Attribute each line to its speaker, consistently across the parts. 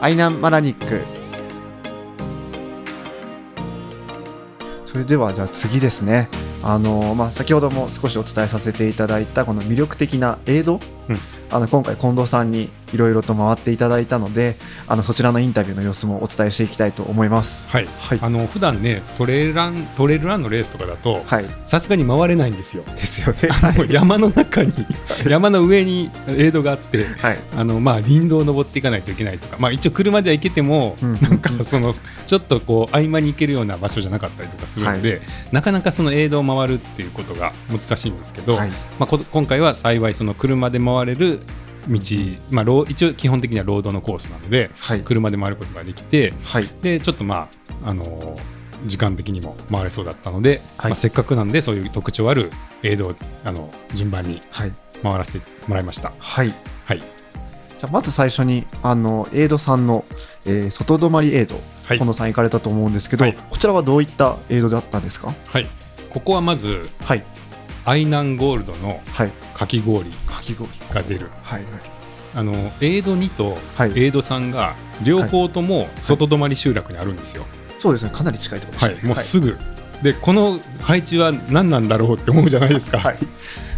Speaker 1: アイナン・マラニックそれではじゃあ次ですねあの、まあ、先ほども少しお伝えさせていただいたこの魅力的なエイド、
Speaker 2: うん
Speaker 1: あの今回近藤さんにいろいろと回っていただいたのであのそちらのインタビューの様子もお伝えしていきたいと思います。
Speaker 2: はい、
Speaker 1: はい
Speaker 2: あの普段ねトレラントレイルランのレースとかだと
Speaker 1: はい、
Speaker 2: さすがに回れないんですよ。
Speaker 1: ですよね。
Speaker 2: もう 山の中に山の上にエイドがあって
Speaker 1: はい、
Speaker 2: あのまあ林道を登っていかないといけないとか、まあ、一応車では行けても、
Speaker 1: うん
Speaker 2: なんかそのちょっとこう合間に行けるような場所じゃなかったりとかするので、なかなかそのエイドを回るっていうことが難しいんですけど、
Speaker 1: はい
Speaker 2: まあ、こ今回は幸いその車で回れる道、まあ、ロー一応基本的にはロードのコースなので
Speaker 1: はい、
Speaker 2: 車で回ることができて
Speaker 1: はい、
Speaker 2: でちょっとまあ、あのー時間的にも回れそうだったので、
Speaker 1: はい
Speaker 2: まあ、せっかくなんでそういう特徴あるエイドをあの順番に
Speaker 1: はい、
Speaker 2: 回らせてもらいました。
Speaker 1: はい。
Speaker 2: はい
Speaker 1: じゃあまず最初にあのエイドさんの、えー外泊まりエイド、
Speaker 2: はい
Speaker 1: 近藤さん行かれたと思うんですけど、
Speaker 2: はい
Speaker 1: こちらはどういったエイドだったんですか？
Speaker 2: はい、ここはまず
Speaker 1: はい、
Speaker 2: アイナンゴールドの
Speaker 1: はい、
Speaker 2: かき氷
Speaker 1: かき氷。
Speaker 2: が出る
Speaker 1: はい、はい、
Speaker 2: あのエイド2と
Speaker 1: はい
Speaker 2: エイド3が両方とも外泊まり集落にあるんですよ、
Speaker 1: そうですね。かなり近いところです
Speaker 2: はい
Speaker 1: ね。
Speaker 2: もうすぐ、でこの配置は何なんだろうって思うじゃないですか、
Speaker 1: はい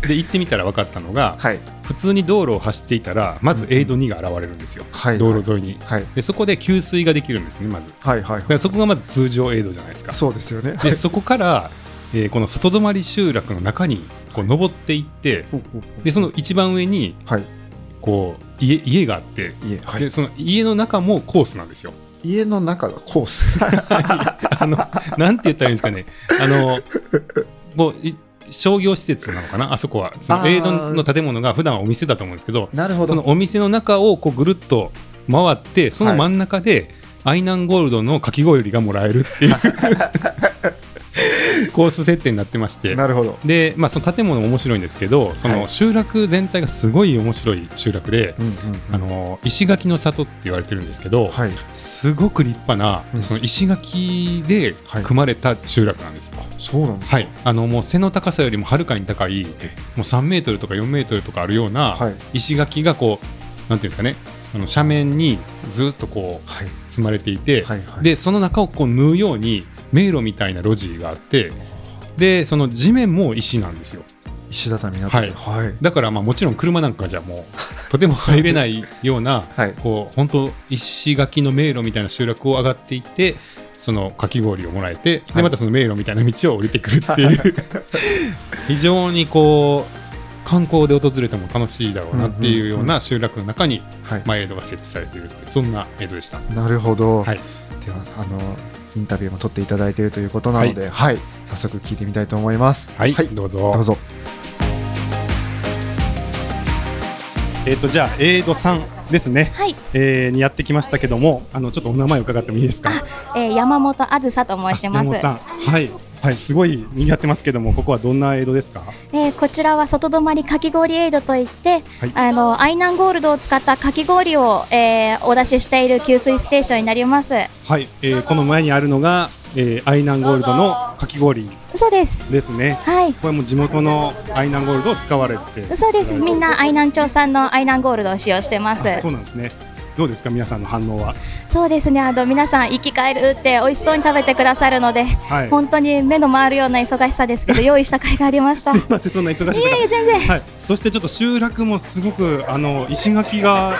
Speaker 2: で行ってみたら分かったのが、
Speaker 1: はい、
Speaker 2: 普通に道路を走っていたらまずエイド2が現れるんですよ、
Speaker 1: はい、
Speaker 2: 道路沿いに
Speaker 1: はい、
Speaker 2: でそこで給水ができるんですねまずだ
Speaker 1: はい、はい、
Speaker 2: からそこがまず通常エイドじゃないですか
Speaker 1: そうですよね。
Speaker 2: でそこから、えーこの外泊まり集落の中にこう登っていって
Speaker 1: ほうほうほう
Speaker 2: でその一番上に
Speaker 1: はい、
Speaker 2: こう家家があって、
Speaker 1: 家、は
Speaker 2: で
Speaker 1: い、
Speaker 2: その家の中もコースなんですよ。
Speaker 1: 家の中がコース。
Speaker 2: あのなんて言ったらいいんですかね。あのもうい商業施設なのかなあそこはそ
Speaker 1: あ
Speaker 2: の
Speaker 1: ー
Speaker 2: エイドの建物が普段はお店だと思うんですけど
Speaker 1: なるほど。
Speaker 2: そのお店の中をこうぐるっと回ってその真ん中で、アイナンゴールドのかき氷がもらえる っていうコース設定になってまして
Speaker 1: なるほど。
Speaker 2: で、まあ、その建物も面白いんですけどそ
Speaker 1: は
Speaker 2: の
Speaker 1: い
Speaker 2: 集落全体がすごい面白い集落で、
Speaker 1: うん、うん、
Speaker 2: あの石垣の里って言われてるんですけど、
Speaker 1: はい、
Speaker 2: すごく立派な
Speaker 1: うん
Speaker 2: その石垣で組まれた集落なんですよ。
Speaker 1: そうなんです。
Speaker 2: はい、あのもう背の高さよりもはるかに高いもう3メートルとか4メートルとかあるような
Speaker 1: はい、
Speaker 2: 石垣がこうなんていうんですかねあの斜面にずっとこ
Speaker 1: はい、
Speaker 2: う積まれていて、
Speaker 1: はい、はい。
Speaker 2: でその中をこう縫うように迷路みたいな路地があってでその地面も石なんですよ
Speaker 1: 石畳にな
Speaker 2: は
Speaker 1: っ
Speaker 2: い
Speaker 1: て、はい、
Speaker 2: だからまあもちろん車なんかじゃもうとても入れないような
Speaker 1: はい、
Speaker 2: こう本当石垣の迷路みたいな集落を上がっていってそのかき氷をもらえて、
Speaker 1: はい
Speaker 2: でまたその迷路みたいな道を降りてくるっていう 非常にこう観光で訪れても楽しいだろうなっていうような集落の中に、
Speaker 1: はい。
Speaker 2: まあ、エイドが設置されているっていうそんなエイドでした。
Speaker 1: なるほど。
Speaker 2: はい
Speaker 1: ではあのインタビューも取っていただいているということなので、はい、早速聞いてみたいと思います。
Speaker 2: はい、
Speaker 1: はい、
Speaker 2: どう
Speaker 1: どう
Speaker 2: ぞ。
Speaker 1: ぞ。
Speaker 2: えっ、とじゃあエイドさんですね、
Speaker 3: はい、
Speaker 2: えーにやってきましたけども、あのちょっとお名前を伺ってもいいですか。
Speaker 3: えー、山本あずさと申しま
Speaker 2: 山本。
Speaker 3: す
Speaker 2: さん、はい、はい、すごい賑わってますけども、ここはどんなエイドですか。
Speaker 3: えー、こちらは外泊まりかき氷エイドといって、
Speaker 2: はい
Speaker 3: あのアイナンゴールドを使ったかき氷を、えー、お出ししている給水ステーションになります。
Speaker 2: はい、えーこの前にあるのが、えーアイナンゴールドのかき氷
Speaker 3: そうです。
Speaker 2: ですね。
Speaker 3: はい。
Speaker 2: これも地元のアイナンゴールドを使われて。
Speaker 3: そうです。みんな愛南町産の愛南ゴールドを使用してます。
Speaker 2: あそうなんですね。どうですか皆さんの反応は。
Speaker 3: そうですね。あの皆さん生き返るって美味しそうに食べてくださるので、
Speaker 2: はい。
Speaker 3: 本当に目の回るような忙しさで すけど用意した甲斐がありました。
Speaker 2: す
Speaker 3: い
Speaker 2: いませんそんな忙しい
Speaker 3: えい
Speaker 2: 中。
Speaker 3: え全然。
Speaker 2: はい。そしてちょっと集落もすごくあの石垣が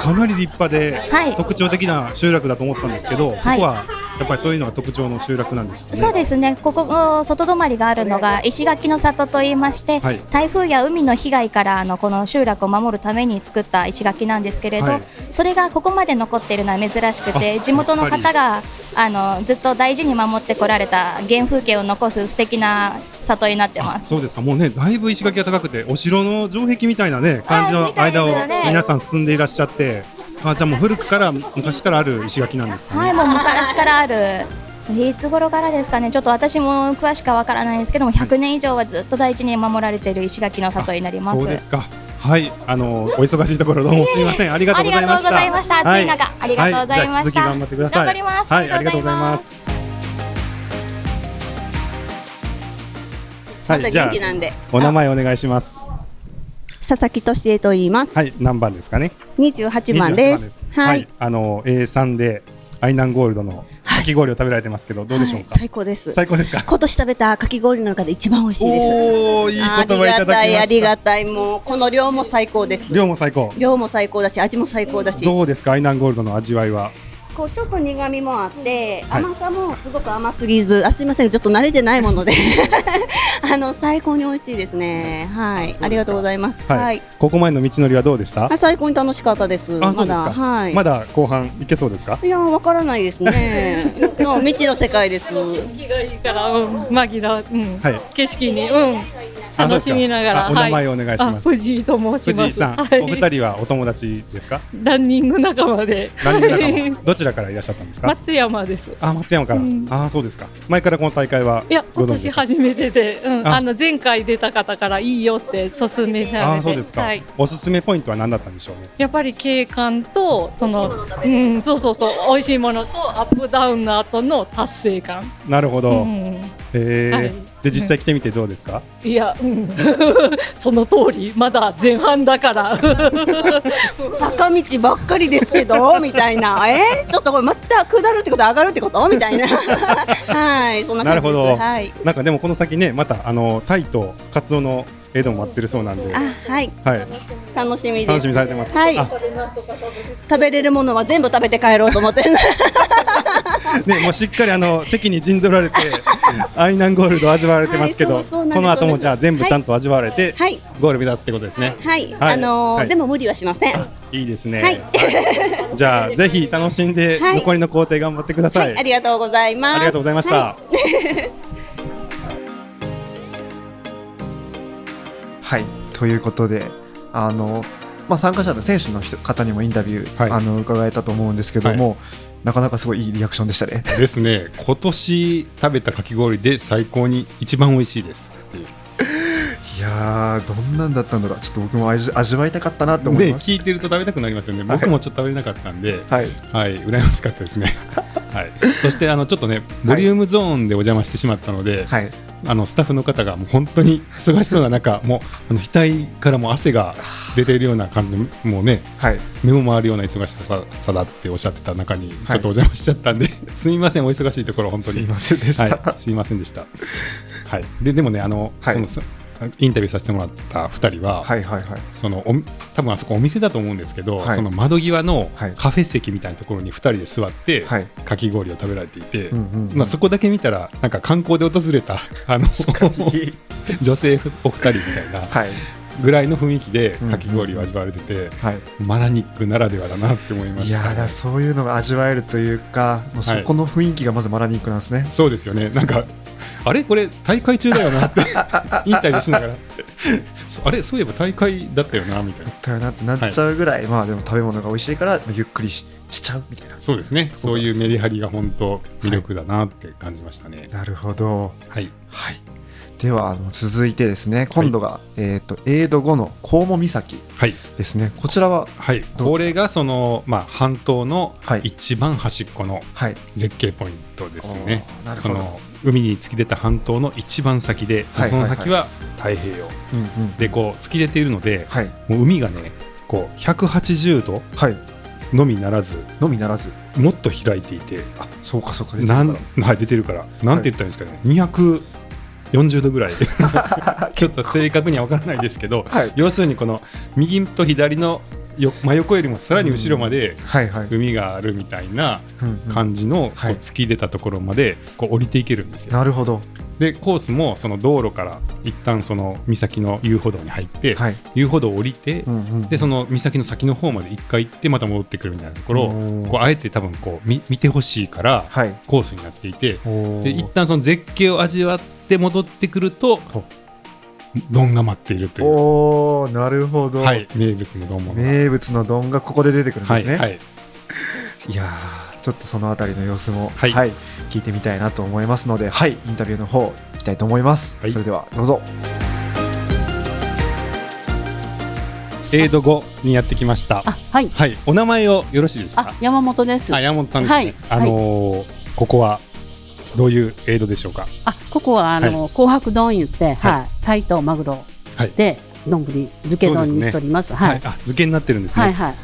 Speaker 2: かなり立派で、
Speaker 3: はい
Speaker 2: 特徴的な集落だと思ったんですけど、
Speaker 3: はい
Speaker 2: ここはやっぱりそういうのが特徴の集落なんですよね。
Speaker 3: そうですね、ここ、お外泊まりがあるのが石垣の里といいまして、
Speaker 2: はい
Speaker 3: 台風や海の被害からあのこの集落を守るために作った石垣なんですけれど、
Speaker 2: はい
Speaker 3: それがここまで残っているのは珍しくて、
Speaker 2: あ
Speaker 3: 地元の
Speaker 2: やっぱ
Speaker 3: 方
Speaker 2: り
Speaker 3: があのずっと大事に守ってこられた原風景を残す素敵な里になってま
Speaker 2: あ
Speaker 3: す。
Speaker 2: そうですかもうねだいぶ石垣が高くてお城の城壁みたいなね感じの間
Speaker 3: み
Speaker 2: を
Speaker 3: たいなね
Speaker 2: 皆さん進んでいらっしゃってあじゃあもう古くから昔からある石垣なんですか
Speaker 3: は
Speaker 2: ね
Speaker 3: い、もう昔からある。いつ頃からですかね、ちょっと私も詳しくはわからないんですけども、100年以上はずっと大事に守られている石垣の里になります。
Speaker 2: そうですかはいあのお忙しいところどうもすいませんありがとうございました
Speaker 3: ありがとうございました暑い中ありがとうございました
Speaker 2: はいじゃあ引き続き頑張ってください
Speaker 3: 頑張ります
Speaker 2: はいあ
Speaker 3: あ
Speaker 2: りが
Speaker 3: りが
Speaker 2: と
Speaker 3: と
Speaker 2: う
Speaker 3: う
Speaker 2: ござ
Speaker 3: ござ
Speaker 2: い
Speaker 3: い
Speaker 2: ま
Speaker 3: ますす
Speaker 2: は
Speaker 4: また
Speaker 2: いじゃ
Speaker 4: 元
Speaker 2: あ
Speaker 4: 気なんで。
Speaker 2: お名前お願いします
Speaker 4: 佐々木俊恵と言います。
Speaker 5: はい、何番ですかね。
Speaker 4: 28番です。
Speaker 5: 28番
Speaker 4: は
Speaker 5: はいい。、あの A3 でアイナンゴールドのかき氷を食べられてますけど、どうでしょう
Speaker 4: はい
Speaker 5: か。
Speaker 4: 最高です。
Speaker 5: 最高ですか。
Speaker 4: 今年食べたかき氷の中で一番美味しいです。
Speaker 5: おお、いい言葉
Speaker 4: あ
Speaker 5: い
Speaker 4: り
Speaker 5: ただきま
Speaker 4: が
Speaker 5: した。
Speaker 4: たいありがたいもうこの量も最高です。
Speaker 5: 量も最高。
Speaker 4: 量も最高だし味も最高だし。
Speaker 5: どうですか、アイナンゴールドの味わいは。
Speaker 4: こうちょっと苦味もあって、
Speaker 5: はい
Speaker 4: 甘さもすごく甘すぎず、あすいませんちょっと慣れてないもので、 あの最高に美味しいですね。はい、ありがとうございます。はい、
Speaker 5: はい。ここまでの道のりはどうでした。
Speaker 4: あ最高に楽しかったです。
Speaker 5: あ、
Speaker 4: ま
Speaker 5: そうです
Speaker 4: だ
Speaker 5: か。
Speaker 4: はい。
Speaker 5: まだ後半いけそうですか。
Speaker 4: いやーわからないで すね。の未知の世界です。
Speaker 6: 景色がいいから、うん、紛らわ、うん、
Speaker 5: はい。
Speaker 6: 景色に、うん、
Speaker 5: あ
Speaker 6: 楽しみながら、
Speaker 5: そうですかあお名前をお願いします
Speaker 6: あ藤井と申します。
Speaker 5: 藤井さん、
Speaker 6: はい、
Speaker 5: お二人はお友達ですか。
Speaker 6: ランニング仲間で、
Speaker 5: 何人仲
Speaker 6: はい
Speaker 5: 間。どちらからいらっしゃったんですか。
Speaker 6: 松山です。
Speaker 5: あ、松山から。
Speaker 6: うん
Speaker 5: あ、そうですか。前からこの大会は。
Speaker 6: いや、
Speaker 5: ご
Speaker 6: 今
Speaker 5: 存知
Speaker 6: 年初めてで、うん、
Speaker 5: あ
Speaker 6: あの前回出た方からいいよって勧められて、
Speaker 5: あ、そうですか、
Speaker 6: はい。
Speaker 5: おすすめポイントは何だったんでしょうね。
Speaker 6: やっぱり景観とその、うん、そうそうそう、美味しいものとアップダウンの後の達成感。
Speaker 5: なるほど。
Speaker 6: うん
Speaker 5: えー
Speaker 6: はい
Speaker 5: で実際来てみてどうですか、
Speaker 6: いや、うん、 その通り、まだ前半 だから。
Speaker 4: 坂道ばっかりです けどみたいな。えー、ちょっとこれまた下るってこと上がるってことみた いな。はい、そんな
Speaker 5: な
Speaker 4: 感
Speaker 5: る
Speaker 4: じで
Speaker 5: ほ
Speaker 4: す。
Speaker 5: ど、
Speaker 4: はい。
Speaker 5: なんかでもこの先ねまたあのタイとカツオの江戸も待ってるそうなんで、は
Speaker 4: あ、はい。
Speaker 5: い、
Speaker 4: 楽しみです。
Speaker 5: 楽しみされてます。
Speaker 4: はい
Speaker 5: あ。
Speaker 4: 食べれるものは全部食べて帰ろう と思って。
Speaker 5: ねもうしっかりあの席に陣取られて アイナンゴールド味わわれてますけど、
Speaker 4: はいそうそうなんです
Speaker 5: この後
Speaker 4: そうなん
Speaker 5: も
Speaker 4: です
Speaker 5: じゃあ全部ちゃんと味わわれて、
Speaker 4: はい。
Speaker 5: ゴール目指すってことですね。
Speaker 4: はい。
Speaker 5: はい
Speaker 4: あのー
Speaker 5: はい
Speaker 4: でも無理はしません。はい
Speaker 5: いいですね。
Speaker 4: はい
Speaker 5: はいじゃあぜひ楽しんで
Speaker 4: はい
Speaker 5: 残りの工程頑張ってください。
Speaker 4: い。ありがとうございます。
Speaker 5: ありがとうございました。
Speaker 4: は
Speaker 1: はい、ということであの、まあ、参加者の選手の人方にもインタビュー、
Speaker 5: はい
Speaker 1: あの伺えたと思うんですけども、なかなかすごいいいリアクションでしたね。
Speaker 2: ですね、今年食べたかき氷で最高に一番美味しいですっていう。
Speaker 1: いやーどんなんだったんだろうちょっと僕も味味わいたかったなと思い
Speaker 2: で、
Speaker 1: ます。
Speaker 2: 聞いてると食べたくなりますよね。
Speaker 1: はい
Speaker 2: 僕もちょっと食べれなかったんで、
Speaker 1: はい、
Speaker 2: はい、羨ましかったです ね。はい、そしてあのちょっとね、ボリュームゾーンでお邪魔してしまったので、
Speaker 1: はい、
Speaker 2: あのスタッフの方がもう本当に忙しそうな中、もうあの額からもう汗が出ているような感じ、もうね、
Speaker 1: はい、
Speaker 2: 目も回るような忙しささだっておっしゃってた中に、ちょっとお邪魔しちゃったんで、 すみません、お忙しいところ、本当
Speaker 1: す
Speaker 2: に
Speaker 1: い。ませんでした。
Speaker 2: はい、すいませんでした。はい、で、でもね、あの、
Speaker 1: はい
Speaker 2: そのさインタビューさせてもらった二人は、
Speaker 1: はい、はい、はい。
Speaker 2: そのお多分あそこお店だと思うんですけど、
Speaker 1: はい
Speaker 2: その窓際の
Speaker 1: はい
Speaker 2: カフェ席みたいなところに二人で座って、
Speaker 1: はい
Speaker 2: かき氷を食べられていて、
Speaker 1: うんうんうん
Speaker 2: まあ、そこだけ見たらなんか観光で訪れたあの 女性お二人みたいな
Speaker 1: はい、
Speaker 2: ぐらいの雰囲気でかき氷を味わわれてて、
Speaker 1: はい。
Speaker 2: マラニックならではだなって思いま
Speaker 1: い
Speaker 2: し
Speaker 1: や
Speaker 2: た
Speaker 1: ーだからそういうのが味わえるというか、もうそこの雰囲気がまずマラニックなんですね。
Speaker 2: そうですよねなんかあれこれ大会中だ よなってインタビューしながらあれそういえば大会だったよなみたいな
Speaker 1: だよなってなっちゃうぐらい、まあでも食べ物が美味しいからゆっくりししちゃうみたいな。
Speaker 2: そうですねそういうメリハリが本当魅力だなって感じましたね
Speaker 1: なるほど。
Speaker 2: はい
Speaker 1: はい。ではあの続いてですね、今度が、えっ、とエイド後のコウモ岬
Speaker 2: はい、
Speaker 1: ですね。こちらは
Speaker 2: はい、これがその、まあ、半島の
Speaker 1: はい
Speaker 2: 一番端っこの
Speaker 1: はい
Speaker 2: 絶景ポイントですね、
Speaker 1: おーなる
Speaker 2: そ
Speaker 1: ほど。
Speaker 2: の海に突き出た半島の一番先で、
Speaker 1: はい
Speaker 2: その先は太平洋
Speaker 1: うんうん。
Speaker 2: でこう突き出ているので
Speaker 1: はい
Speaker 2: もう海がねこう180度
Speaker 1: はい
Speaker 2: のみならず
Speaker 1: のみならず、
Speaker 2: もっと開いていて
Speaker 1: あそうかそうかです。
Speaker 2: なんはい、出てるから、なんて言ったらいいんですかね、240度 ぐらい、ちょっと正確には分からないですけど、
Speaker 1: はい
Speaker 2: 要するにこの右と左のよ真横よりもさらに後ろまで
Speaker 1: はいはい。
Speaker 2: 海があるみたいな
Speaker 1: うんうん
Speaker 2: 感じの、こう
Speaker 1: はい
Speaker 2: 突き出たところまでこう降りていけるんですよ。
Speaker 1: なるほど。
Speaker 2: で、コースもその道路から一旦その岬の遊歩道に入って、
Speaker 1: はい。
Speaker 2: 遊歩道を降りて、
Speaker 1: うんうん。
Speaker 2: でその岬の先の方まで一回行ってまた戻ってくるみたいなところを
Speaker 1: おー
Speaker 2: こうあえて多分こう見見てほしいから
Speaker 1: はい。
Speaker 2: コースになっていて、
Speaker 1: おー
Speaker 2: で一旦その絶景を味わって戻ってくると
Speaker 1: ほ
Speaker 2: 丼が待っているという、
Speaker 1: おーなるほど。
Speaker 2: はい、名物の丼物が、
Speaker 1: 名物の丼がここで出てくるん
Speaker 2: は
Speaker 1: で
Speaker 2: い
Speaker 1: すね。
Speaker 2: はい、
Speaker 1: いやーちょっとそのあたりの様子も、は
Speaker 2: はいい
Speaker 1: 聞いてみたいなと思いますので、はい、インタビューの方いきたいと思います、
Speaker 2: はい
Speaker 1: それではどうぞ
Speaker 2: エイド後にやってきました
Speaker 7: あ、はい。
Speaker 2: はいお名前をよろしいです
Speaker 7: あ
Speaker 2: か、
Speaker 7: 山本です。
Speaker 2: あ山本さんですね、
Speaker 7: はい
Speaker 2: あのーここはどういうエイドでしょうか
Speaker 7: あ、ここはあの、紅白丼言って、はい、タイとマグロ
Speaker 2: はい
Speaker 7: で、丼漬け丼にしております。
Speaker 2: は
Speaker 7: はいい、
Speaker 2: あ漬けになってるんですね
Speaker 7: は、
Speaker 2: はいい、
Speaker 7: はい、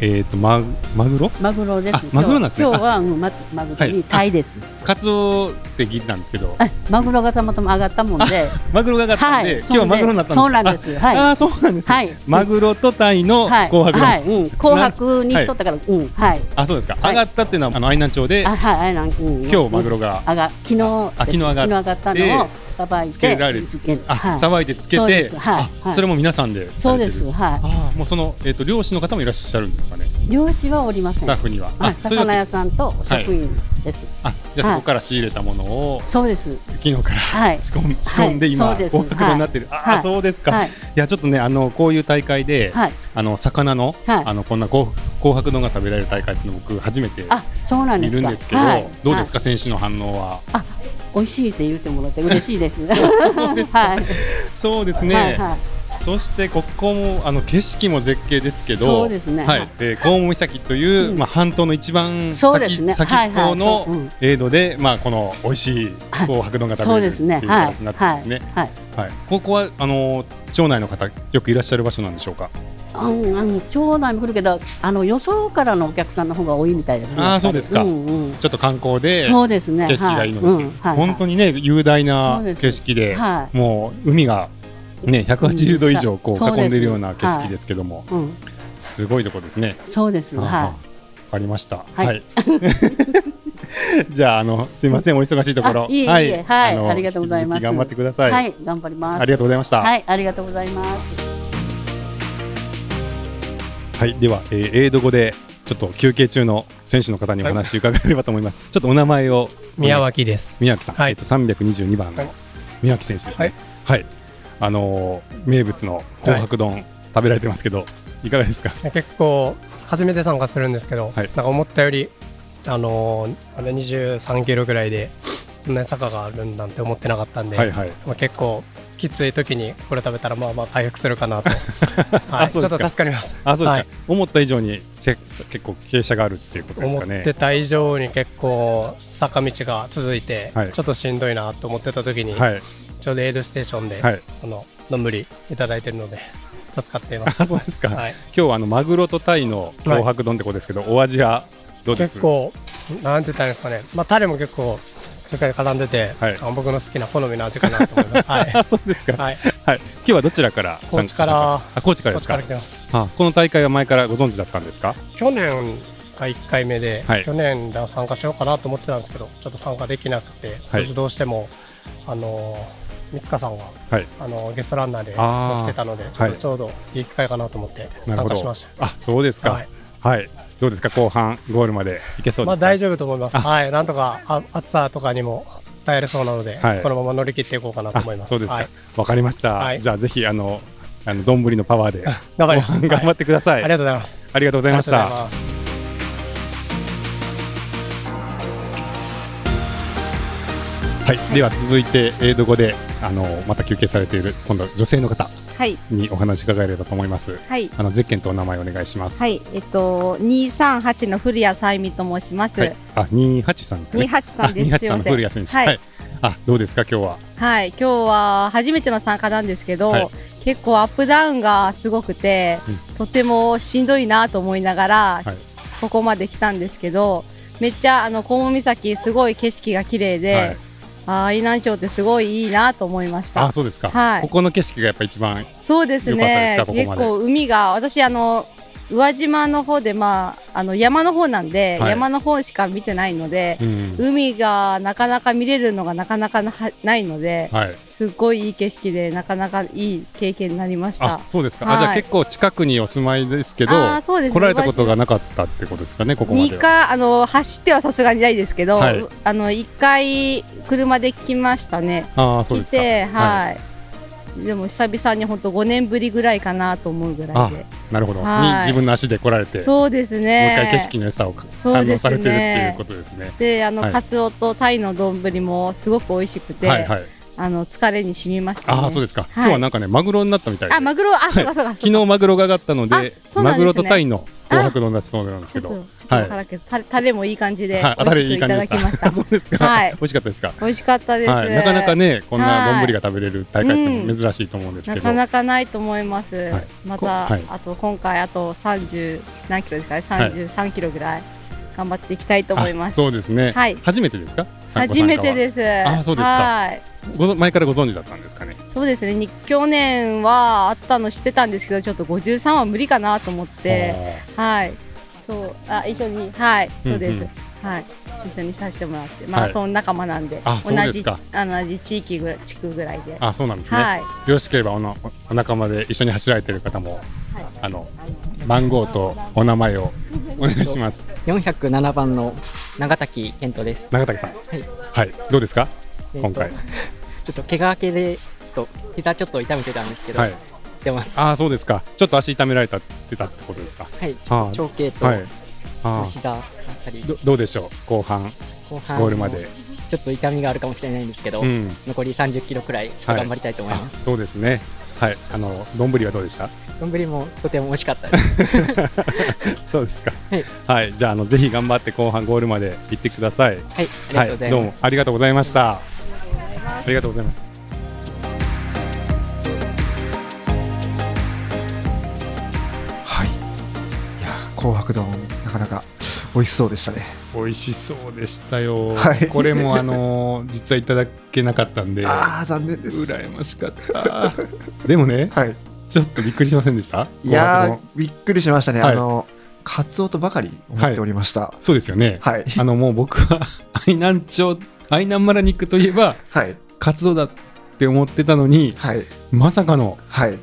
Speaker 2: えっ、とマグマグロ
Speaker 7: マグロで
Speaker 2: あ
Speaker 7: す。
Speaker 2: マグロなんですね
Speaker 7: 今日はうんまつマグロにタイです。
Speaker 2: カツオって聞いたんですけど
Speaker 7: あマグロがたまたま上がったもんで、
Speaker 2: マグロが上がったんで、
Speaker 7: はい、
Speaker 2: 今日はマグロになったんです
Speaker 7: そうなんです。
Speaker 2: あ
Speaker 7: はい、
Speaker 2: あーそうなんですね、
Speaker 7: はい、
Speaker 2: マグロとタイの
Speaker 7: はい、
Speaker 2: 紅白丼、
Speaker 7: はい、うん、紅白にしとったから、うん、はい、
Speaker 2: あそうですか、
Speaker 7: はい
Speaker 2: 上がったっていうのはあの愛南町で
Speaker 7: あ、はい、あれなん、うん、
Speaker 2: 今日マグロが
Speaker 7: 上が、昨日です、
Speaker 2: あ昨日上がっ
Speaker 7: ったのをさばいて、
Speaker 2: つけられる
Speaker 7: つけ
Speaker 2: あ、
Speaker 7: はい
Speaker 2: さばいてつけ
Speaker 7: そうで
Speaker 2: て
Speaker 7: すはい
Speaker 2: あ
Speaker 7: はい
Speaker 2: それも皆さんで
Speaker 7: そうで
Speaker 2: さ
Speaker 7: す、
Speaker 2: れてる
Speaker 7: は
Speaker 2: あーもうそのえっ、と漁師の方もいらっしゃるんですかね
Speaker 7: い、漁師はおりませ
Speaker 2: ス
Speaker 7: ん。
Speaker 2: タッフには
Speaker 7: はい、
Speaker 2: そういうわ
Speaker 7: 魚
Speaker 2: け
Speaker 7: 屋さんと職員です。
Speaker 2: あじゃあ
Speaker 7: は
Speaker 2: そ
Speaker 7: い
Speaker 2: こから仕入れたものを、
Speaker 7: そうです。
Speaker 2: 昨日から、
Speaker 7: はい
Speaker 2: 仕込ん仕込んで
Speaker 7: はい
Speaker 2: 今、
Speaker 7: そうです
Speaker 2: 合格になってる、ああ、
Speaker 7: はい
Speaker 2: そうですか、、
Speaker 7: はいい、
Speaker 2: やちょっとねあのこういう大会で、
Speaker 7: はい、
Speaker 2: あの魚の、
Speaker 7: はい
Speaker 2: あのこんな紅紅白丼が食べられる大会っていうの僕初めて
Speaker 7: あ、そうなんで
Speaker 2: 見
Speaker 7: すか。
Speaker 2: るんですけど
Speaker 7: はい
Speaker 2: どうですか、
Speaker 7: は
Speaker 2: 選
Speaker 7: い
Speaker 2: 手の反応は
Speaker 7: あ、美味しいって言ってもらって嬉しいです。はい、
Speaker 2: そうですね、
Speaker 7: はい、はい。
Speaker 2: そしてここもあの景色も絶景ですけど
Speaker 7: そうですね
Speaker 2: は
Speaker 7: はいい
Speaker 2: えー、コウモ岬という、
Speaker 7: うん
Speaker 2: まあ、半島の一番
Speaker 7: そう
Speaker 2: 先,、
Speaker 7: ですね
Speaker 2: 先
Speaker 7: はい
Speaker 2: っ
Speaker 7: はい
Speaker 2: ぽの
Speaker 7: そううん
Speaker 2: エイドで、まあ、この美味しい
Speaker 7: はい
Speaker 2: 紅白丼が食
Speaker 7: そ
Speaker 2: べれ
Speaker 7: うで
Speaker 2: るっ
Speaker 7: す
Speaker 2: てい
Speaker 7: ね。
Speaker 2: う
Speaker 7: はい。
Speaker 2: 形になってますね。
Speaker 7: はい。
Speaker 2: はいここはあの町内の方よくいらっしゃる場所なんでしょうか。
Speaker 7: あん、あん、町内も来るけど、あの、よそからのお客さんの方が多いみたいです
Speaker 2: あ
Speaker 7: ね。
Speaker 2: ー
Speaker 7: やっぱり
Speaker 2: そうですか
Speaker 7: うんうん
Speaker 2: ちょっと観光で
Speaker 7: そうですね。
Speaker 2: 景色がいいので、
Speaker 7: はいうんはい
Speaker 2: 本当にね雄大な
Speaker 7: そうです
Speaker 2: 景色で、
Speaker 7: は
Speaker 2: もう海がね180度以上こ
Speaker 7: そう
Speaker 2: う
Speaker 7: です
Speaker 2: 囲んでいるような景色ですけども、
Speaker 7: い。うん、
Speaker 2: すごいとこですね。
Speaker 7: そうです。
Speaker 2: あ
Speaker 7: は
Speaker 2: わかりました。は。
Speaker 7: はいい
Speaker 2: じゃあ、あの、すいません、お忙しいところ。
Speaker 7: あいえいえはいありがとうございます
Speaker 2: 引き続き頑張ってくだ
Speaker 7: い。
Speaker 2: さい。
Speaker 7: はい、頑張ります。
Speaker 2: ありがとうございました。はい。
Speaker 7: はい、ありがとうございます。
Speaker 2: では、えー、英語で、ちょっと休憩中の選手の方にお話伺えればと思います。ちょっとお名前を。
Speaker 8: 宮。脇です。
Speaker 2: 宮脇さん。
Speaker 8: は
Speaker 2: え
Speaker 8: い
Speaker 2: っと、三百二十二番
Speaker 8: はい
Speaker 2: の。宮脇選手ですね。はい。あのー名物の紅白丼、食べられてますけど、いかがですか。
Speaker 8: 結構初めて参加するんですけど、
Speaker 2: はい
Speaker 8: なんか思ったよりあのーあれ23キロぐらいでこんなに坂があるんなんて思ってなかったんで、
Speaker 2: はいはい。
Speaker 8: まあ結構きつい時にこれ食べたらまあまあ回復する かなと、は
Speaker 2: あ
Speaker 8: い、ち
Speaker 2: そ
Speaker 8: ょ
Speaker 2: うですか
Speaker 8: っと助かります。
Speaker 2: あ、そうですか。
Speaker 8: はい
Speaker 2: 思った以上に、せ、結構傾斜があるっていうことです
Speaker 8: 思
Speaker 2: かね。
Speaker 8: ってた以上に結構坂道が続いて、
Speaker 2: はい
Speaker 8: ちょっとしんどいなと思ってた時に、
Speaker 2: はい。
Speaker 8: ちょうどエイドステーションで、
Speaker 2: はい
Speaker 8: この丼いただいてるので助かっていま
Speaker 2: あ、
Speaker 8: す。
Speaker 2: そうですか。
Speaker 8: はい
Speaker 2: 今日はあのマグロとタイの紅白丼ってことですけど、お味はどうです
Speaker 8: 結構なんて言ったらいいんですかねまあタレも結構しっかり絡んでて、
Speaker 2: はい
Speaker 8: あ僕の好きな好みの味かなと思いますはい
Speaker 2: あ、そうですか。はい。
Speaker 8: はい
Speaker 2: 今日はどちらから 参加
Speaker 8: 高知から
Speaker 2: あ、高知からで
Speaker 8: こっ
Speaker 2: す
Speaker 8: ち
Speaker 2: か。
Speaker 8: から来てます
Speaker 2: あ、この大会は前からご存知だったんですか。
Speaker 8: 去年が1回目で、
Speaker 2: はい
Speaker 8: 去年では参加しようかなと思ってたんですけどちょっと参加できなくて、
Speaker 2: はい
Speaker 8: 私どうしてもあのー三塚さんが
Speaker 2: はい。
Speaker 8: あのーゲストランナーで
Speaker 2: あー
Speaker 8: 来てたのでちょ,、
Speaker 2: はい
Speaker 8: ちょうどいい機会かなと思って
Speaker 2: なる
Speaker 8: 参
Speaker 2: ほ
Speaker 8: 加しま
Speaker 2: ど
Speaker 8: した。
Speaker 2: あ、そうですか。は
Speaker 8: はいい。
Speaker 2: どうですか後半ゴールまでいけそう
Speaker 8: ま
Speaker 2: で
Speaker 8: あ
Speaker 2: すか。
Speaker 8: 大丈夫と思います。
Speaker 2: あ
Speaker 8: はい、なんとかあ暑さとかにも耐えれそうなので、
Speaker 2: はい
Speaker 8: このまま乗り切っていこうかなと思いま
Speaker 2: あ
Speaker 8: す。
Speaker 2: そうですか。わ
Speaker 8: はい、、
Speaker 2: かりました。
Speaker 8: はい
Speaker 2: じゃあぜひあのあの丼のパワーで
Speaker 8: 頑張ります。
Speaker 2: 後半 頑張ってくださ。
Speaker 8: はいいありがとうございます。
Speaker 2: ありがとうご
Speaker 8: あ
Speaker 2: ざいました。
Speaker 8: す。
Speaker 2: はい、では続いて英語であのまた休憩されている今度女性の方
Speaker 4: はい
Speaker 2: にお話伺えればと思います。
Speaker 9: はい。
Speaker 2: あのゼッケンとお名前お願いします。
Speaker 9: は。い。えっと、二三八の古谷さゆみと申します。
Speaker 2: はい。あ、二八さんですね。
Speaker 9: 二八さ んです。
Speaker 2: あ28さんの
Speaker 9: すいませ
Speaker 2: 古
Speaker 9: ん
Speaker 2: 谷選手。
Speaker 9: はい。
Speaker 2: はい。あ、どうですか今日は。
Speaker 9: はい今日は初めての参加なんですけど、
Speaker 2: はい
Speaker 9: 結構アップダウンがすごくて、
Speaker 2: う
Speaker 9: とてもしんどいなと思いながら、
Speaker 2: はい
Speaker 9: ここまで来たんですけど、めっちゃあの高門岬すごい景色が綺麗で、
Speaker 2: はい
Speaker 9: ああ、伊南町ってすごいいいなと思いました
Speaker 2: あ、。そうですか。
Speaker 9: はい
Speaker 2: ここの景色がやっぱ一番。
Speaker 9: そうです
Speaker 2: 良
Speaker 9: ね。
Speaker 2: かったですかここま
Speaker 9: 結
Speaker 2: で
Speaker 9: 構海が私あの宇和島の方でまああの山の方なんで、
Speaker 2: はい
Speaker 9: 山の方しか見てないので
Speaker 2: う、ん。
Speaker 9: 海がなかなか見れるのがなかなかなはないので、
Speaker 2: はい。
Speaker 9: すっごいいい景色でなかなかいい経験になりました
Speaker 2: あ、。そうですか。
Speaker 9: は
Speaker 2: あ、
Speaker 9: い
Speaker 2: じゃあ結構近くにお住まいですけど、
Speaker 9: あーそうですね
Speaker 2: 来られたことがなかったってことですかねここま
Speaker 9: 二
Speaker 2: では。
Speaker 9: 回あの走ってはさすがにないですけど、
Speaker 2: はい
Speaker 9: あの一回車で来ましたね。
Speaker 2: あー、そう
Speaker 9: 来
Speaker 2: ですか。は
Speaker 9: て
Speaker 2: い
Speaker 9: はい。でも久々に本当5年ぶりぐらいかなと思うぐら
Speaker 2: あ
Speaker 9: いで、
Speaker 2: なるほど。に
Speaker 9: はい
Speaker 2: 自分の足で来られて、もう
Speaker 9: そうですね。
Speaker 2: 一回景色の良さを
Speaker 9: そ
Speaker 2: 堪
Speaker 9: う
Speaker 2: 能
Speaker 9: で
Speaker 2: さ
Speaker 9: すね
Speaker 2: れてるっていうことですね。
Speaker 9: であの、
Speaker 2: はい
Speaker 9: カツオとタイの丼もすごく美味しくて、
Speaker 2: はいはい。
Speaker 9: あの疲れに染みました、ね。
Speaker 2: あー、そうですか。今
Speaker 9: い
Speaker 2: 日はなんかねマグロになったみたいで。
Speaker 9: あマグロあそうかそうかそ
Speaker 2: 昨
Speaker 9: うか。
Speaker 2: 日マグロが上がったの
Speaker 9: あ
Speaker 2: で
Speaker 9: そうなんですね
Speaker 2: マグロとタイの紅白のナスそうなんです
Speaker 9: ち
Speaker 2: け
Speaker 9: ょっ
Speaker 2: ど。は
Speaker 9: と、
Speaker 2: い。
Speaker 9: ちょっと腹けど、たタレもいい感じで、
Speaker 2: はい、
Speaker 9: 美味しくいただきまし た。
Speaker 2: そうですか。
Speaker 9: はい
Speaker 2: 美味しかったですか。
Speaker 9: 美味しかったです。
Speaker 2: はい。なかなかね、こんな
Speaker 9: はい
Speaker 2: 丼が食べれる大会っても珍しいと思うんです
Speaker 9: な
Speaker 2: けど。
Speaker 9: かなかないと思います。
Speaker 2: はい
Speaker 9: ま
Speaker 2: こ
Speaker 9: た、
Speaker 2: はい
Speaker 9: あと今回あと三十何キロですかね、
Speaker 2: は
Speaker 9: 三
Speaker 2: い
Speaker 9: 十三キロぐらい頑張っていきたいと思います。
Speaker 2: あそうですね。
Speaker 9: はい
Speaker 2: 初めてですか。参考
Speaker 9: 初
Speaker 2: 参加
Speaker 9: め
Speaker 2: は
Speaker 9: てです。
Speaker 2: あそうですか
Speaker 9: はい。
Speaker 2: ごぞ前からご存知だったんですかね。
Speaker 9: そうですね。に去年はあったの知ってたんですけど、ちょっと五十三は無理かなと思って、はい。そう、あ一緒に、はい、そうです。
Speaker 2: うんうん
Speaker 9: はい。一緒にさせてもらって、マラソン仲間なんで、
Speaker 2: あそう
Speaker 9: 同
Speaker 2: です
Speaker 9: じ
Speaker 2: か
Speaker 9: あの同じ地域ぐらい地区ぐらいで、
Speaker 2: ああそうなんですね。
Speaker 9: はい
Speaker 2: よろしければおのお仲間で一緒に走られてる方も、あの番号とお名前をお願いします。
Speaker 10: 407番の長滝健人です。
Speaker 2: 長滝さん。
Speaker 10: はい。
Speaker 2: はい。どうですか。
Speaker 10: えーと
Speaker 2: 今回。
Speaker 10: ちょっと怪我明けで、ちょっと膝ちょっと痛めてたんですけど、
Speaker 2: はい
Speaker 10: 出ます。
Speaker 2: ああそうですか。ちょっと足痛められたってたってことですか。
Speaker 10: はい。ち
Speaker 2: あ
Speaker 10: ょ
Speaker 2: あ
Speaker 10: っと長径と、
Speaker 2: はい
Speaker 10: ちょっ
Speaker 2: あ
Speaker 10: と
Speaker 2: あ
Speaker 10: 膝だったり、
Speaker 2: どどうでしょう後半
Speaker 10: 後半
Speaker 2: ゴールまで。
Speaker 10: ちょっと痛みがあるかもしれないんですけど、
Speaker 2: うん
Speaker 10: 残り30キロくらい、ちょっと頑張りたいと思います。
Speaker 2: す。そうですね。はい。あのどんぶりはどうでした。
Speaker 10: どんぶりもとても美味しかったです。
Speaker 2: そうですか。
Speaker 10: はい。
Speaker 2: じゃああのぜひ頑張って後半ゴールまで行ってください。
Speaker 10: はいありがとうございます
Speaker 2: はどうもありがとうございました。ありがとうございます。
Speaker 1: はい。いや、紅白丼、なかなか美味しそうでしたね。
Speaker 2: 美味しそうでしたよ、
Speaker 1: はい
Speaker 2: これもあのー実はいただけなかったんで
Speaker 1: ああ、残念です。
Speaker 2: 羨ましかった。でもね、ちょっとびっくりしませんでした
Speaker 1: いや
Speaker 2: 紅白
Speaker 1: ー、びっくりしましたね。
Speaker 2: はい
Speaker 1: あの、カツオとばかり思っておりました。
Speaker 2: のそうですよね、
Speaker 1: はい
Speaker 2: あのもう僕は 愛南町愛南マラニックといえば、カツオだって思ってたのに、まさかの、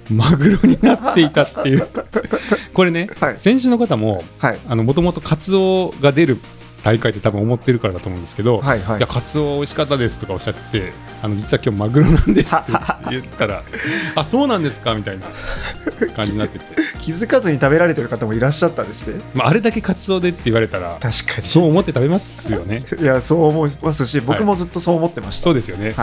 Speaker 2: マグロになっていたっていう これね、選手の方ももともとカツオが出る大会って多分思ってるからだと思うんですけど、
Speaker 1: はい
Speaker 2: いやカツオ美味しかったですとかおっしゃっててあの実は今日マグロなんで すって言ったらあそうなんですかみたいな感じになってて、
Speaker 1: 気づかずに食べられてる方もいらっしゃったんですね。
Speaker 2: まあ、あれだけカツオでって言われたら
Speaker 1: 確かに
Speaker 2: そう思って食べますよね
Speaker 1: いや、そう思いますし、僕もずっとそう思ってました。
Speaker 2: そうですよね、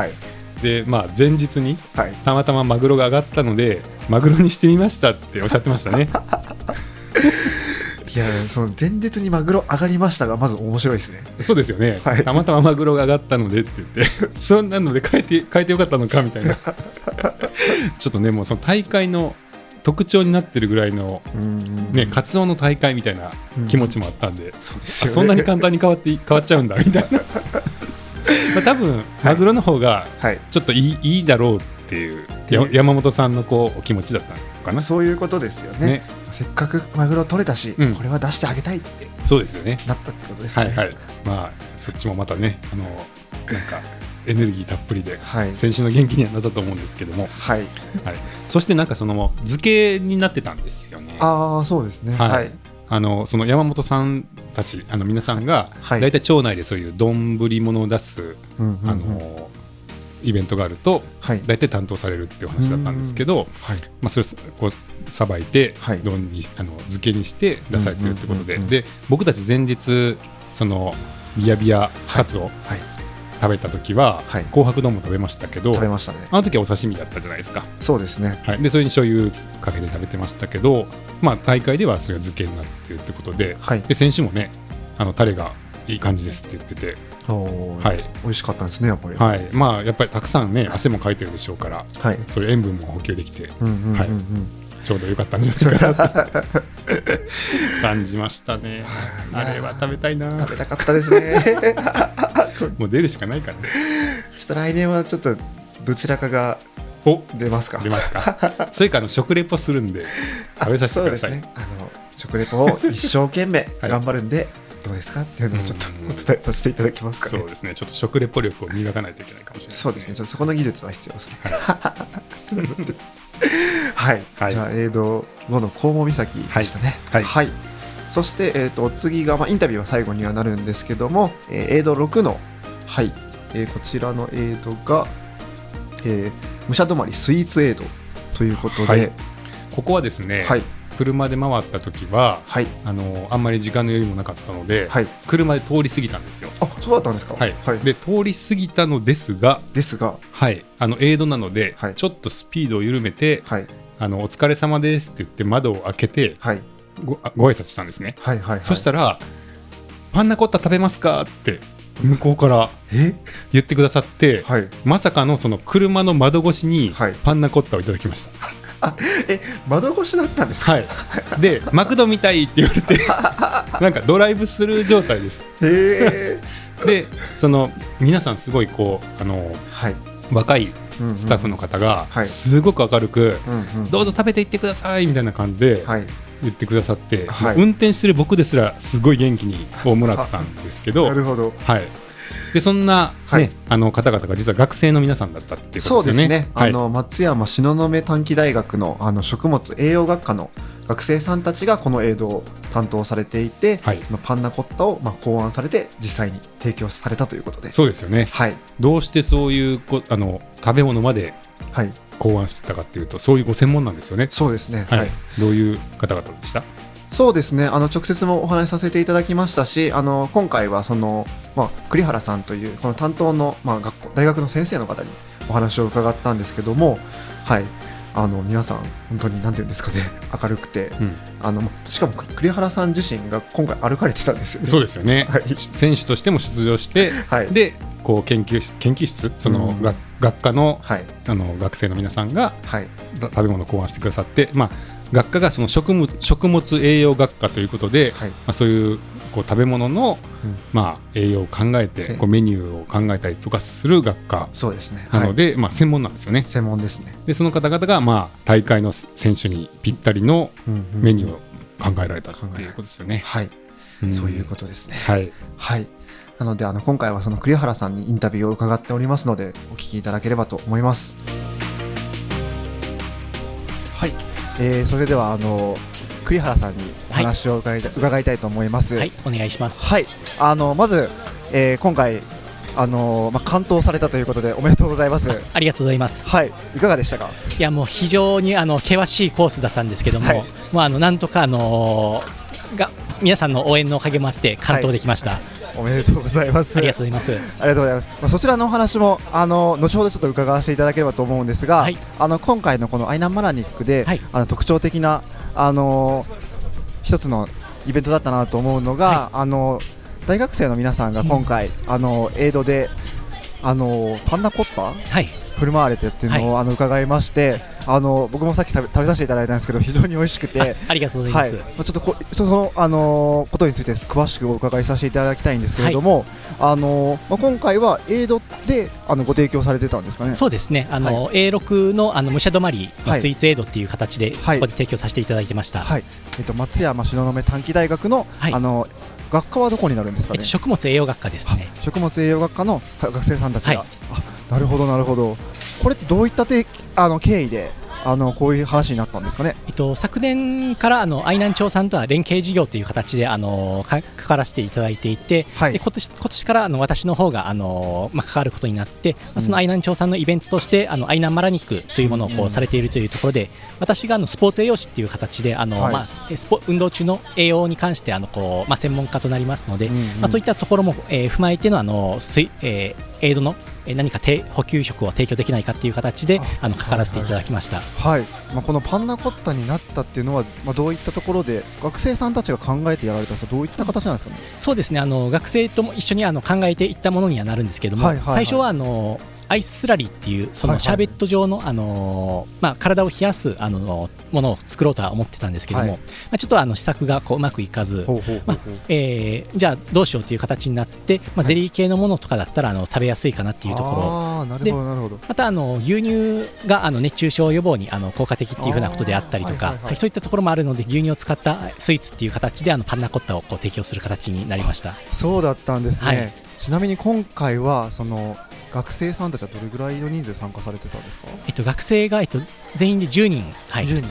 Speaker 2: でまあ前日に
Speaker 1: はい
Speaker 2: たまたまマグロが上がったのでマグロにしてみましたっておっしゃってましたね
Speaker 1: いや、その前日にマグロ上がりましたが、まず面白いですね。
Speaker 2: そうですよね、たまたまマグロが上がったのでって言って そんなので変えて変えてよかったのかみたい なちょっとねもうその大会の特徴になってるぐらいの、ね、カツオの大会みたいな気持ちもあったんで、そうです
Speaker 1: よね
Speaker 2: そんなに簡単に変わって変わっちゃうんだみたい なまあ多分マグロの方がちょっといい,、い、いだろうっていうや山本さんのこうお気持ちだったのかな
Speaker 1: そういうことですよね
Speaker 2: ね
Speaker 1: せっかくマグロ取れたし、
Speaker 2: うん
Speaker 1: これは出してあげたいって
Speaker 2: そうですよね
Speaker 1: なったってことです
Speaker 2: は
Speaker 1: ね。
Speaker 2: いはいまあそっちもまたねあのなんかエネルギーたっぷりで、先週の元気にはなったと思うんですけども、
Speaker 1: はい
Speaker 2: そしてなんかその漬けになってたんですよね。
Speaker 1: ああ、そうですね。はい。
Speaker 2: あのその山本さんたちあの皆さんが
Speaker 1: はい
Speaker 2: 大体町内でそういう丼物を出す、
Speaker 1: うんうんうん
Speaker 2: あのイベントがあると大体担当されるっていう話だったんですけど、まあ、それをこうさばいて丼にあの漬けにして出されてるってことで,、で僕たち前日そのビヤビヤカツを食べた時は、紅白丼も食べましたけど
Speaker 1: 食べましたね
Speaker 2: あの時はお刺身だったじゃないですか。
Speaker 1: そうですね。
Speaker 2: はい、でそれに醤油かけて食べてましたけど、まあ、大会ではそれが漬けになってるってことで,、で先週もねあのタレがいい感じですって言ってて、
Speaker 1: おー
Speaker 2: はい
Speaker 1: 美味しかったんですね、やっぱり。
Speaker 2: はいまあ、やっぱりたくさんね汗もかいてるでしょうから、
Speaker 1: はい
Speaker 2: そういう塩分も補給できて、
Speaker 1: うんうんうんうん
Speaker 2: はい、ちょうどよかったんじゃないかなって 感じましたねあれは食べたいな食
Speaker 1: べたかったですね
Speaker 2: もう出るしかないからね
Speaker 1: ちょっと来年はちょっとどちらかが出ますか。
Speaker 2: 出ます かそれかあの食レポするんで食べさせてください、
Speaker 1: そうですねあの食レポを一生懸 命頑張るんで、どうですかっていうのをちょっとお伝えさせていただきますかね。
Speaker 2: そうですねちょっと食レポ力を磨かないといけないかもしれない
Speaker 1: そうですね。ちょっとそこの技術は必要ですね。 はい。じゃあ、えーと、後の高毛岬でしたね。はい。そして、えーと、お次が、まあ、インタビューは最後にはなるんですけども、えー、エイド6の、はい。えーこちらのエイドが、えー武者泊まりスイーツエイドということで、
Speaker 2: はいここはですね、車で回った時は、あのあんまり時間の余裕もなかったので、車で通り過ぎたんですよ。
Speaker 1: あそうだったんですか、
Speaker 2: はいで通り過ぎたのですが
Speaker 1: ですが、
Speaker 2: はい、あのエイドなので、ちょっとスピードを緩めて、
Speaker 1: はい、
Speaker 2: あのお疲れ様ですって言って窓を開けて、ごご挨拶したんですね、はいはいはい、そしたら「パンナコッタ食べますか?」って向こうから言ってくださって、はい、 まさかのその車の窓越しにパンナコッタをいただきました。はい
Speaker 1: え窓越しだったんですか、 はい、
Speaker 2: でマクドみたいって言われてなんかドライブスルー状態です。で その皆さんすごいこうあの、はい、若いスタッフの方がすごく明るく、うんうん、どうぞ食べていってくださいみたいな感じで言ってくださって、はい、運転してる僕ですらすごい元気にをもらったんですけど。
Speaker 1: なるほど
Speaker 2: はいでそんなね、ね、はい、あの方々が実は学生の皆さんだったっていうことですね。そうですね、
Speaker 1: はい、あの松山東雲短期大学のあの食物栄養学科の学生さんたちがこの映像を担当されていて、はい、そのパンナコッタをまあ考案されて実際に提供されたということで
Speaker 2: そうですよね、はい、どうしてそういうこあの食べ物まで考案してたかっていうとそういうご専門なんですよね。
Speaker 1: そうですね、はい、
Speaker 2: どういう方々でした
Speaker 1: そうですねあの直接もお話しさせていただきましたしあの今回はその、まあ、栗原さんというこの担当の、まあ、学校大学の先生の方にお話を伺ったんですけども、はい、あの皆さん本当に何て言うんですかね明るくて、うん、あのしかも栗原さん自身が今回歩かれてたんですよね。
Speaker 2: そうですよね、はい、選手としても出場して、はい、でこう研究室研究室その学,、学科の,はい、あの学生の皆さんが、はい、食べ物を考案してくださって、まあ、学科がその食物食物栄養学科ということで、はい、まあ、そういうこう食べ物の、うん、まあ、栄養を考えて、こうメニューを考えたりとかする学科
Speaker 1: そうですね
Speaker 2: なので、はい、まあ、専門なんですよね。
Speaker 1: 専門ですね
Speaker 2: でその方々が、まあ、大会の選手にぴったりのメニューを考えられたということですよね。
Speaker 1: はい、うん、そういうことですね。はい、はいなのであの今回はその栗原さんにインタビューを伺っておりますのでお聞きいただければと思います。はいえー、それではあの栗原さんにお話を伺い,、伺いたいと思います。
Speaker 11: はい、お願いします。
Speaker 1: はい、あのまず、えー、今回あのまあ完登されたということでおめでとうございます。
Speaker 11: ありがとうございます。
Speaker 1: はい、いかがでしたか。
Speaker 11: いやもう非常にあの険しいコースだったんですけども、はい、まああのなんとかあのー、が皆さんの応援のおかげもあって完登できました。はい
Speaker 1: おめでとうございます。
Speaker 11: ありがとうございます。あり
Speaker 1: がとうございます。まあ、そちらのお話も、あの、後ほどちょっと伺わせていただければと思うんですが。はい、あの、今回のこのアイナンマラニックで、はい、あの、特徴的な、あのー。一つのイベントだったなと思うのが、はい、あの、大学生の皆さんが今回、うん、あの、エイドで。あの、パンナコッパ。はい。振る舞われてっていうのを、あの伺いまして、あの僕もさっき食べ食べさせていただいたんですけど非常に美味しく て
Speaker 11: ありがとうございます、
Speaker 1: はい、ちょっとこそのあのことについて詳しくお伺いさせていただきたいんですけれども、はい、あのまあ今回は A ドであのご提供されてたんですかね。
Speaker 11: そうですね。あの、はい、A6 のあの武者止まりのスイーツ A ドっていう形で、はい、そこで提供させていただいてました。
Speaker 1: はい。えっと松山東雲短期大学の、あの学科はどこになるんですか、ね、
Speaker 11: 食物栄養学科ですね
Speaker 1: 食物栄養学科の学生さんたちが、はい、あなるほどなるほどこれってどういったてあの経緯であのこういう話になったんですかね、
Speaker 11: えっと、昨年からあの愛南町さんとは連携事業という形であのかからせていただいていて、はい、で今年今年からあの私の方があの、まあ、関わることになって、ま、う、あ、ん、その愛南町さんのイベントとしてあの愛南マラニックというものをこうされているというところで、うん、私があのスポーツ栄養士という形であの、はい、まあ、スポ運動中の栄養に関してあのこう、まあ、専門家となりますので、うんうん、まあ、そういったところも、えー、踏まえてのあの水、えー、エイドの何か補給食を提供できないかという形であのかからせていただきました、
Speaker 1: はい、はい、まあ、このパンナコッタになったっていうのは、まあ、どういったところで学生さんたちが考えてやられたとどういった形なんですかね
Speaker 11: そうですねあの学生とも一緒にあの考えていったものにはなるんですけども、はいはいはい、最初はあのアイススラリーっていうそのシャーベット状の、あのまあ、体を冷やすあのものを作ろうとは思ってたんですけども、まあ、ちょっとあの試作がこううまくいかずじゃあどうしようという形になって、まあ、ゼリー系のものとかだったらあの食べやすいかなっていうところでまたあの牛乳があの熱中症予防にあの効果的っていうふうなことであったりとか、はいそういったところもあるので牛乳を使ったスイーツっていう形であのパンナコッタをこう提供する形になりました
Speaker 1: そうだったんですね、はい、ちなみに今回はその学生さんたちはどれぐらいの人数参加されてたんですか、
Speaker 11: えっと、学生が、えっと、全員で10人,、
Speaker 1: はい、10人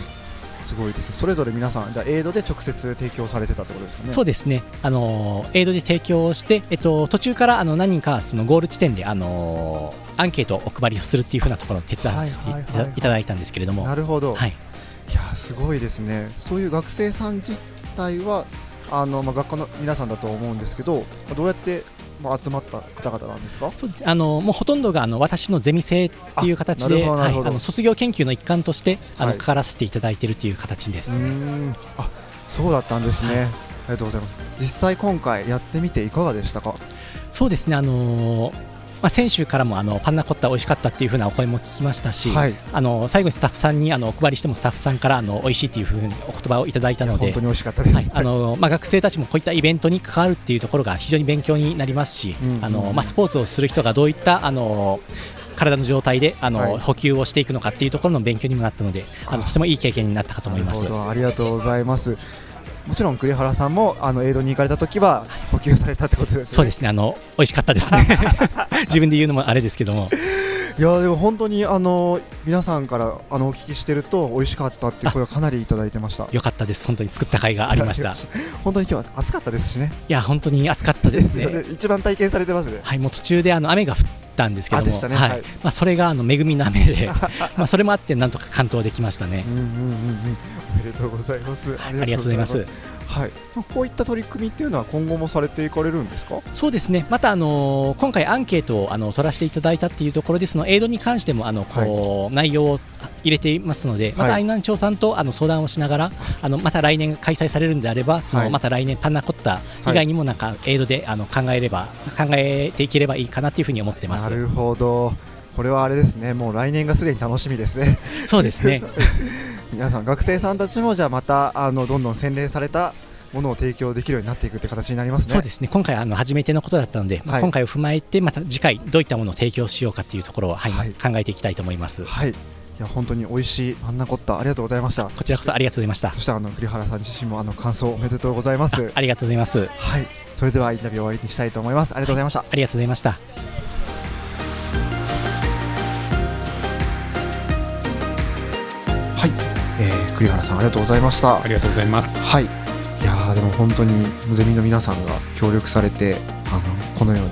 Speaker 1: すごいですねそれぞれ皆さんじゃエイドで直接提供されてたってことですかね
Speaker 11: そうですねあのエイドで提供して、えっと、途中からあの何人かそのゴール地点であのアンケートをお配りするっていうふうなところを手伝わせていただいたんですけれども、
Speaker 1: なるほど、はい、いやすごいですねそういう学生さん自体はあの、まあ、学科の皆さんだと思うんですけどどうやってまあ、集まった方々なんですか
Speaker 11: そうですあのもうほとんどがあの私のゼミ生っていう形で、はい、あの卒業研究の一環としてあの、はい、かからせていただいているという形です。
Speaker 1: あそうだったんですね、はい、ありがとうございます実際今回やってみていかがでしたか
Speaker 11: そうですねあのーまあ、先週からもあのパンナコッタ美味しかったっていう風なお声も聞きましたし、はい、あの最後にスタッフさんにあのお配りしてもスタッフさんからあの美味しいという風にお言葉をいただいたので
Speaker 1: 本当に美味しかったです、はい、
Speaker 11: あのまあ、学生たちもこういったイベントに関わるっていうところが非常に勉強になりますし、うんうん、あのまあ、スポーツをする人がどういったあの体の状態であの、はい、補給をしていくのかっていうところの勉強にもなったのであのとてもいい経験になったかと思います
Speaker 1: ありがとうございます。もちろん栗原さんもあのエイドに行かれた時は補給されたってことですね。
Speaker 11: そうですね。あの美味しかったですね。 自分で言うのもあれですけども。
Speaker 1: いやでも本当にあの皆さんからあのお聞きしてると美味しかったっていう声をかなりいただいてました。
Speaker 11: よかったです。本当に作った甲斐がありました。
Speaker 1: 本当に今日は暑かったですしね。
Speaker 11: いや本当に暑かったですね。
Speaker 1: 一番体験されてますね。
Speaker 11: はい、もう途中であの雨がたんですけども、ね、はい、はい、まあ、それがあの恵みの雨 でまあそれもあってなんとか完登できましたね。
Speaker 1: うんうんうんうん、おめでとうございます。
Speaker 11: ありがとうございます。
Speaker 1: はい、こういった取り組みっていうのは今後もされていかれるんですか
Speaker 11: そうですね、また、あのー、今回、アンケートをあの取らせていただいたっていうところで、そのエイドに関してもあのこう、はい、内容を入れていますので、また愛南町さんとあの相談をしながら、あのまた来年開催されるんであれば、そのまた来年、パンナコッタ以外にもなんか、エイドであの考えれば、考えていければいいかなというふうに思ってます。
Speaker 1: なるほどこれはあれですね、もう来年がすでに楽しみですね。
Speaker 11: そうですね
Speaker 1: 皆さん学生さんたちもじゃあまたあのどんどん洗練されたものを提供できるようになっていくって形になりますね。
Speaker 11: そうですね。今回あの初めてのことだったので、はい、今回を踏まえてまた次回どういったものを提供しようかっていうところを、はい、はい、考えていきたいと思います。
Speaker 1: はい。いや本当に美味しいパンナコッタありがとうございました。
Speaker 11: こちらこそありがとうございました。
Speaker 1: そしてあの栗原さん自身もあの感想おめでとうございます。
Speaker 11: ありがとうございます。
Speaker 1: はい。それではインタビュー終わりにしたいと思います。ありがとうございました。はい、
Speaker 11: ありがとうございました。
Speaker 1: 栗原さんありがとうございました
Speaker 2: ありがとうございます
Speaker 1: はいいやでも本当にゼミの皆さんが協力されてあのこのように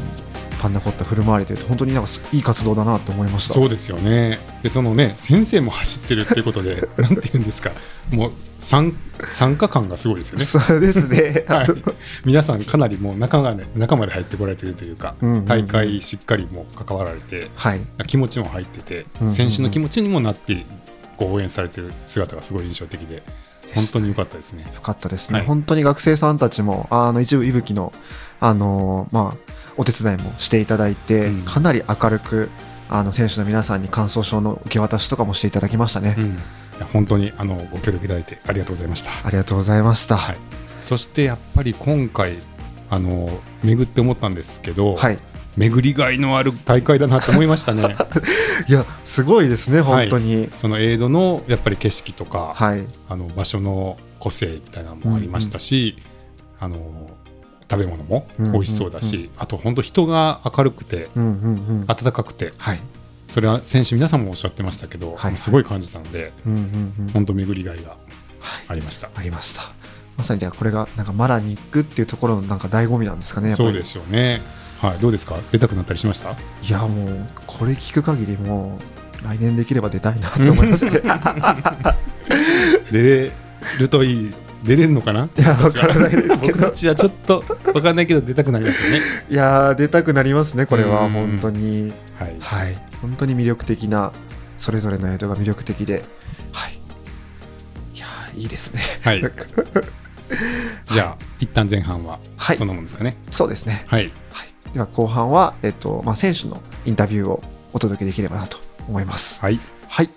Speaker 1: パンナコッタ振る舞われて本当になんかいい活動だなと思いました
Speaker 2: そうですよねでそのね先生も走ってるっていうこと でなんて言うんですかもう参参加感がすごいですよね
Speaker 1: そうですね、
Speaker 2: はい、皆さんかなりもう中が、ね、中まで入ってこられてるというか、うんうんうん、大会しっかりも関わられて、はい、気持ちも入ってて、うんうんうん、選手の気持ちにもなってこう応援されてる姿がすごい印象的で、本当に良かったですね。
Speaker 1: 良かったですね、はい、本当に学生さんたちも、あの一部、いぶきの、あのー、まあ、お手伝いもしていただいて、うん、かなり明るく、あの選手の皆さんに感想書の受け渡しとかもしていただきましたね。うん、
Speaker 2: 本当にあのご協力いただいてありがとうございました。
Speaker 1: ありがとうございました。はい、
Speaker 2: そしてやっぱり今回あの巡って思ったんですけど、はい、巡りがいのある大会だなと思いました ね。
Speaker 1: いやすごいですね本当に、はい、
Speaker 2: そのエイドのやっぱり景色とか、はい、あの場所の個性みたいなのもありましたし、うんうん、あの食べ物も美味しそうだし、うんうんうん、あと本当人が明るくて、うんうんうん、温かくて、はい、それは選手皆さんもおっしゃってましたけど、はい、すごい感じたので、うんうんうん、本当巡りがいがありました。
Speaker 1: ありました。まさにじゃこれがなんかマラに行くっていうところのなんか醍醐味なんですかね。
Speaker 2: そうですよね。はい、どうですか出たくなったりしました
Speaker 1: いやもうこれ聞く限りもう来年できれば出たいなと思いますね
Speaker 2: 出るといい出れるのかない
Speaker 1: やわからないですけど僕
Speaker 2: たちはちょっとわからないけど出たくなりますよね
Speaker 1: いや出たくなりますねこれは本当にはい、はい、本当に魅力的なそれぞれの映像が魅力的ではいいやいいですね
Speaker 2: はいじゃあ、はい、一旦前半はそんなもんですかね、はい、
Speaker 1: そうですね
Speaker 2: はい、
Speaker 1: はいでは後半は、えっとまあ、選手のインタビューをお届けできればなと思います。
Speaker 2: はい、
Speaker 1: はい